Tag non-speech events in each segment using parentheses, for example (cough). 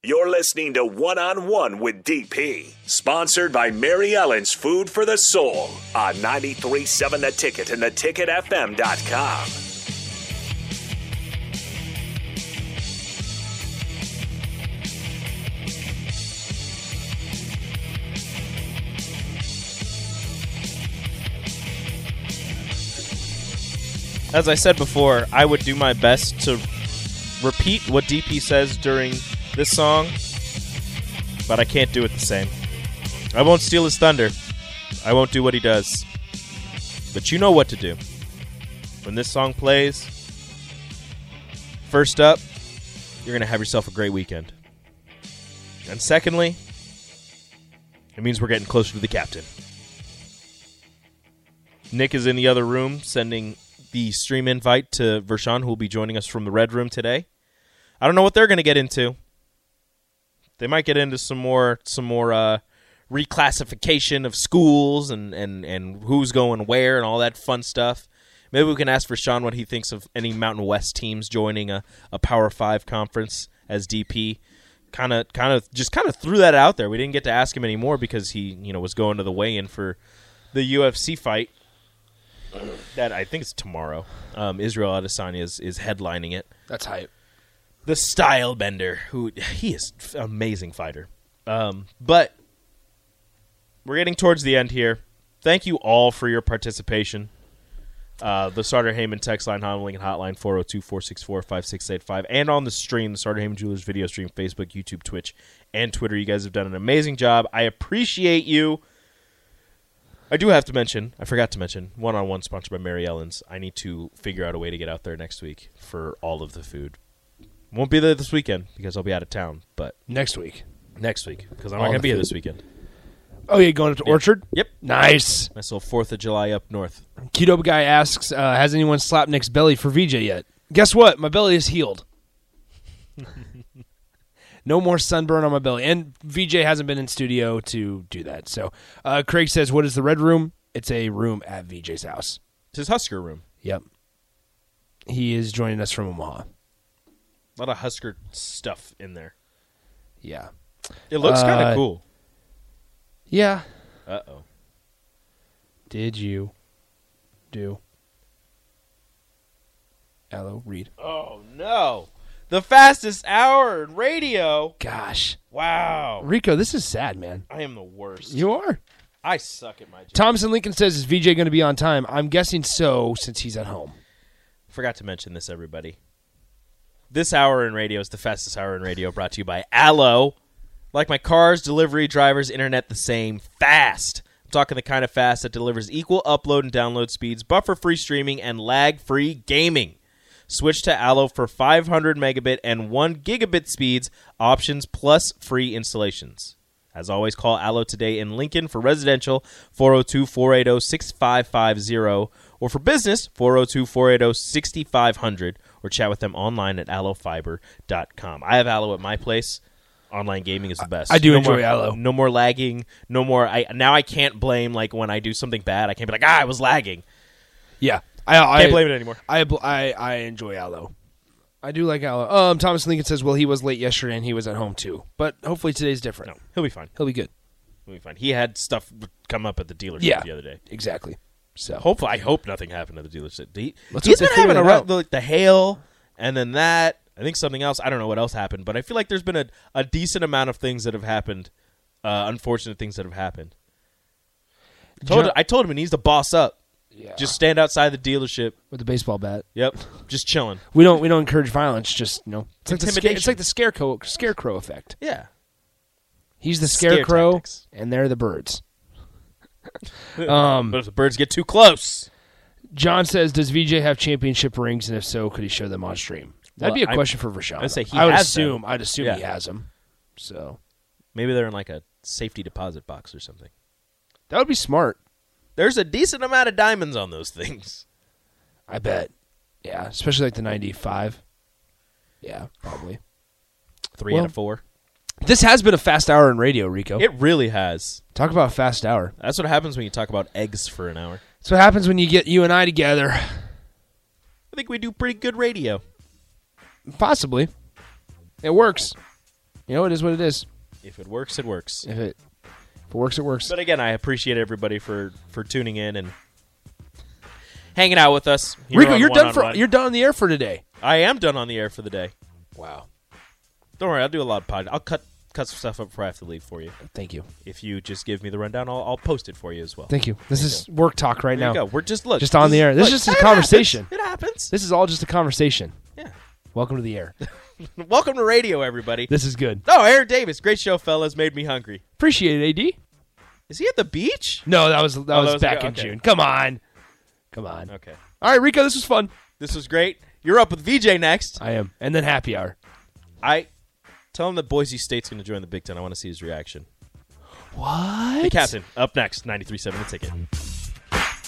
You're listening to One on One with DP, sponsored by Mary Ellen's Food for the Soul on 93.7 The Ticket and theticketfm.com. as I said before, I would do my best to repeat what DP says during this song, but I can't do it the same. I won't steal his thunder. I won't do what he does. But you know what to do. When this song plays, first up, you're going to have yourself a great weekend. And secondly, it means we're getting closer to the captain. Nick is in the other room sending the stream invite to Vershawn, who will be joining us from the Red Room today. I don't know what they're going to get into. They might get into some more some more uh, reclassification of schools and, and, and who's going where and all that fun stuff. Maybe we can ask Vershawn what he thinks of any Mountain West teams joining a, a Power Five conference as DP. Kind of, kind of, just kind of threw that out there. We didn't get to ask him anymore because he, you know, was going to the weigh-in for the UFC fight that I think it's tomorrow. Um, Israel Adesanya is, is headlining it. That's hype. The style bender, who he is f- amazing fighter. Um, but we're getting towards the end here. Thank you all for your participation. Uh, the Sarter Heyman text line, Homling and Hotline 402 464 5685. And on the stream, the Sarter Heyman Jewelers video stream, Facebook, YouTube, Twitch, and Twitter. You guys have done an amazing job. I appreciate you. I do have to mention, I forgot to mention, one on one sponsored by Mary Ellen's. I need to figure out a way to get out there next week for all of the food. Won't be there this weekend because I'll be out of town, but Next week. next week because I'm not All going to the be here food. this weekend. Oh yeah, going up to Orchard. Yep. Nice. Nice little 4th of July up north. Keto guy asks, uh, has anyone slapped Nick's belly for VJ yet? Guess what? My belly is healed. no more sunburn on my belly, and VJ hasn't been in studio to do that. So uh, Craig says, "What is the red room? It's a room at VJ's house." It's his Husker room. Yep. He is joining us from Omaha. A lot of Husker stuff in there. Yeah. It looks kind Uh, of cool. Yeah. Uh oh. Did you do Aloe Reed? Oh no. The fastest hour in radio. Gosh, Wow. Rico, this is sad, man. I am the worst. You are. I suck at my job. Thompson Lincoln says, "Is VJ going to be on time?" I'm guessing so, since he's at home. Forgot to mention this, everybody. This hour in radio is the fastest hour in radio brought to you by Allo. Like my cars, delivery, drivers, internet, the same fast. I'm talking the kind of fast that delivers equal upload and download speeds, buffer free streaming, and lag free gaming. Switch to Allo for 500 megabit and 1 gigabit speeds, options plus free installations. As always, call Allo today in Lincoln for residential 402 oh, 480 6550 or for business 402 480 6500 or chat with them online at allofiber.com. I have Allo at my place. Online gaming is the best. I do enjoy more, Allo. No more lagging. No more. I now I can't blame like when I do something bad. I can't be like ah I was lagging. Yeah, I, I Can't blame it anymore. I, bl- I I enjoy Aloe. I do like Aloe. Um, Thomas Lincoln says, "Well, he was late yesterday, and he was at home too. But hopefully today's different. He'll be fine. He'll be good. He'll be fine. He had stuff come up at the dealership Yeah, the other day. exactly. So Hopefully, I hope nothing happened to the dealership. He, Let's has hope been they having a figure it rough, out. like the hail, and then that. I think something else. I don't know what else happened, but I feel like there's been a, a decent amount of things that have happened, uh, unfortunate things that have happened. Told, John- I told him he needs to boss up. Yeah. Just stand outside the dealership. with the baseball bat, Yep, just chilling. we don't we don't encourage violence. Just you know, it's like the sca- Intimidation. it's like the scarecrow scarecrow effect. (laughs) Yeah, He's the Scare scarecrow, tactics. and they're the birds. um, but if the birds get too close, John says, "Does VJ have championship rings? And if so, could he show them on stream?" That'd Well, be a I- question for Rashawn. I'd say he I would has them. assume. I'd assume he Yeah. has them. So maybe they're in like a safety deposit box or something. that would be smart. There's a decent amount of diamonds on those things. I bet. Yeah, especially like the 95. Yeah, probably. Three Well- out of four. This has been a fast hour in radio, Rico. It really has. Talk about a fast hour. That's what happens when you talk about eggs for an hour. That's what happens when you get you and I together. I think we do pretty good radio. Possibly. It works. You know, it is what it is. If it works, it works. If it, if it works, it works. But again, I appreciate everybody for for tuning in and hanging out with us. here Rico, on you're One done on for One. you're done on the air for today. I am done on the air for the day. Wow. Don't worry, I'll do a lot of pod. I'll cut cut some stuff up before I have to leave for you. Thank you. If you just give me the rundown, I'll, I'll post it for you as well. Thank you. This is work talk right There now. you go. We're just look Just on the air. This is look, just a it happens. conversation. It happens. This is all just a conversation. Yeah. Welcome to (laughs) the air. Welcome to radio, everybody. this is good. oh, Aaron Davis, great show, fellas. Made me hungry. Appreciate it, AD. Is he at the beach? No, that was that, was, Oh, that was- back in okay. June. Come on. Come on. Okay. All right, Rico, this was fun. This was great. You're up with VJ next. I am. And then happy hour. I tell him that Boise State's going to join the Big Ten. I want to see his reaction. What? The captain up next. 93.7 The ticket.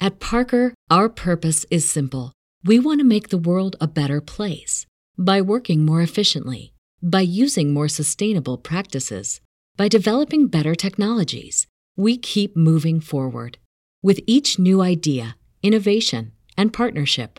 At Parker, our purpose is simple. We want to make the world a better place by working more efficiently, by using more sustainable practices, by developing better technologies. We keep moving forward. With each new idea, innovation, and partnership,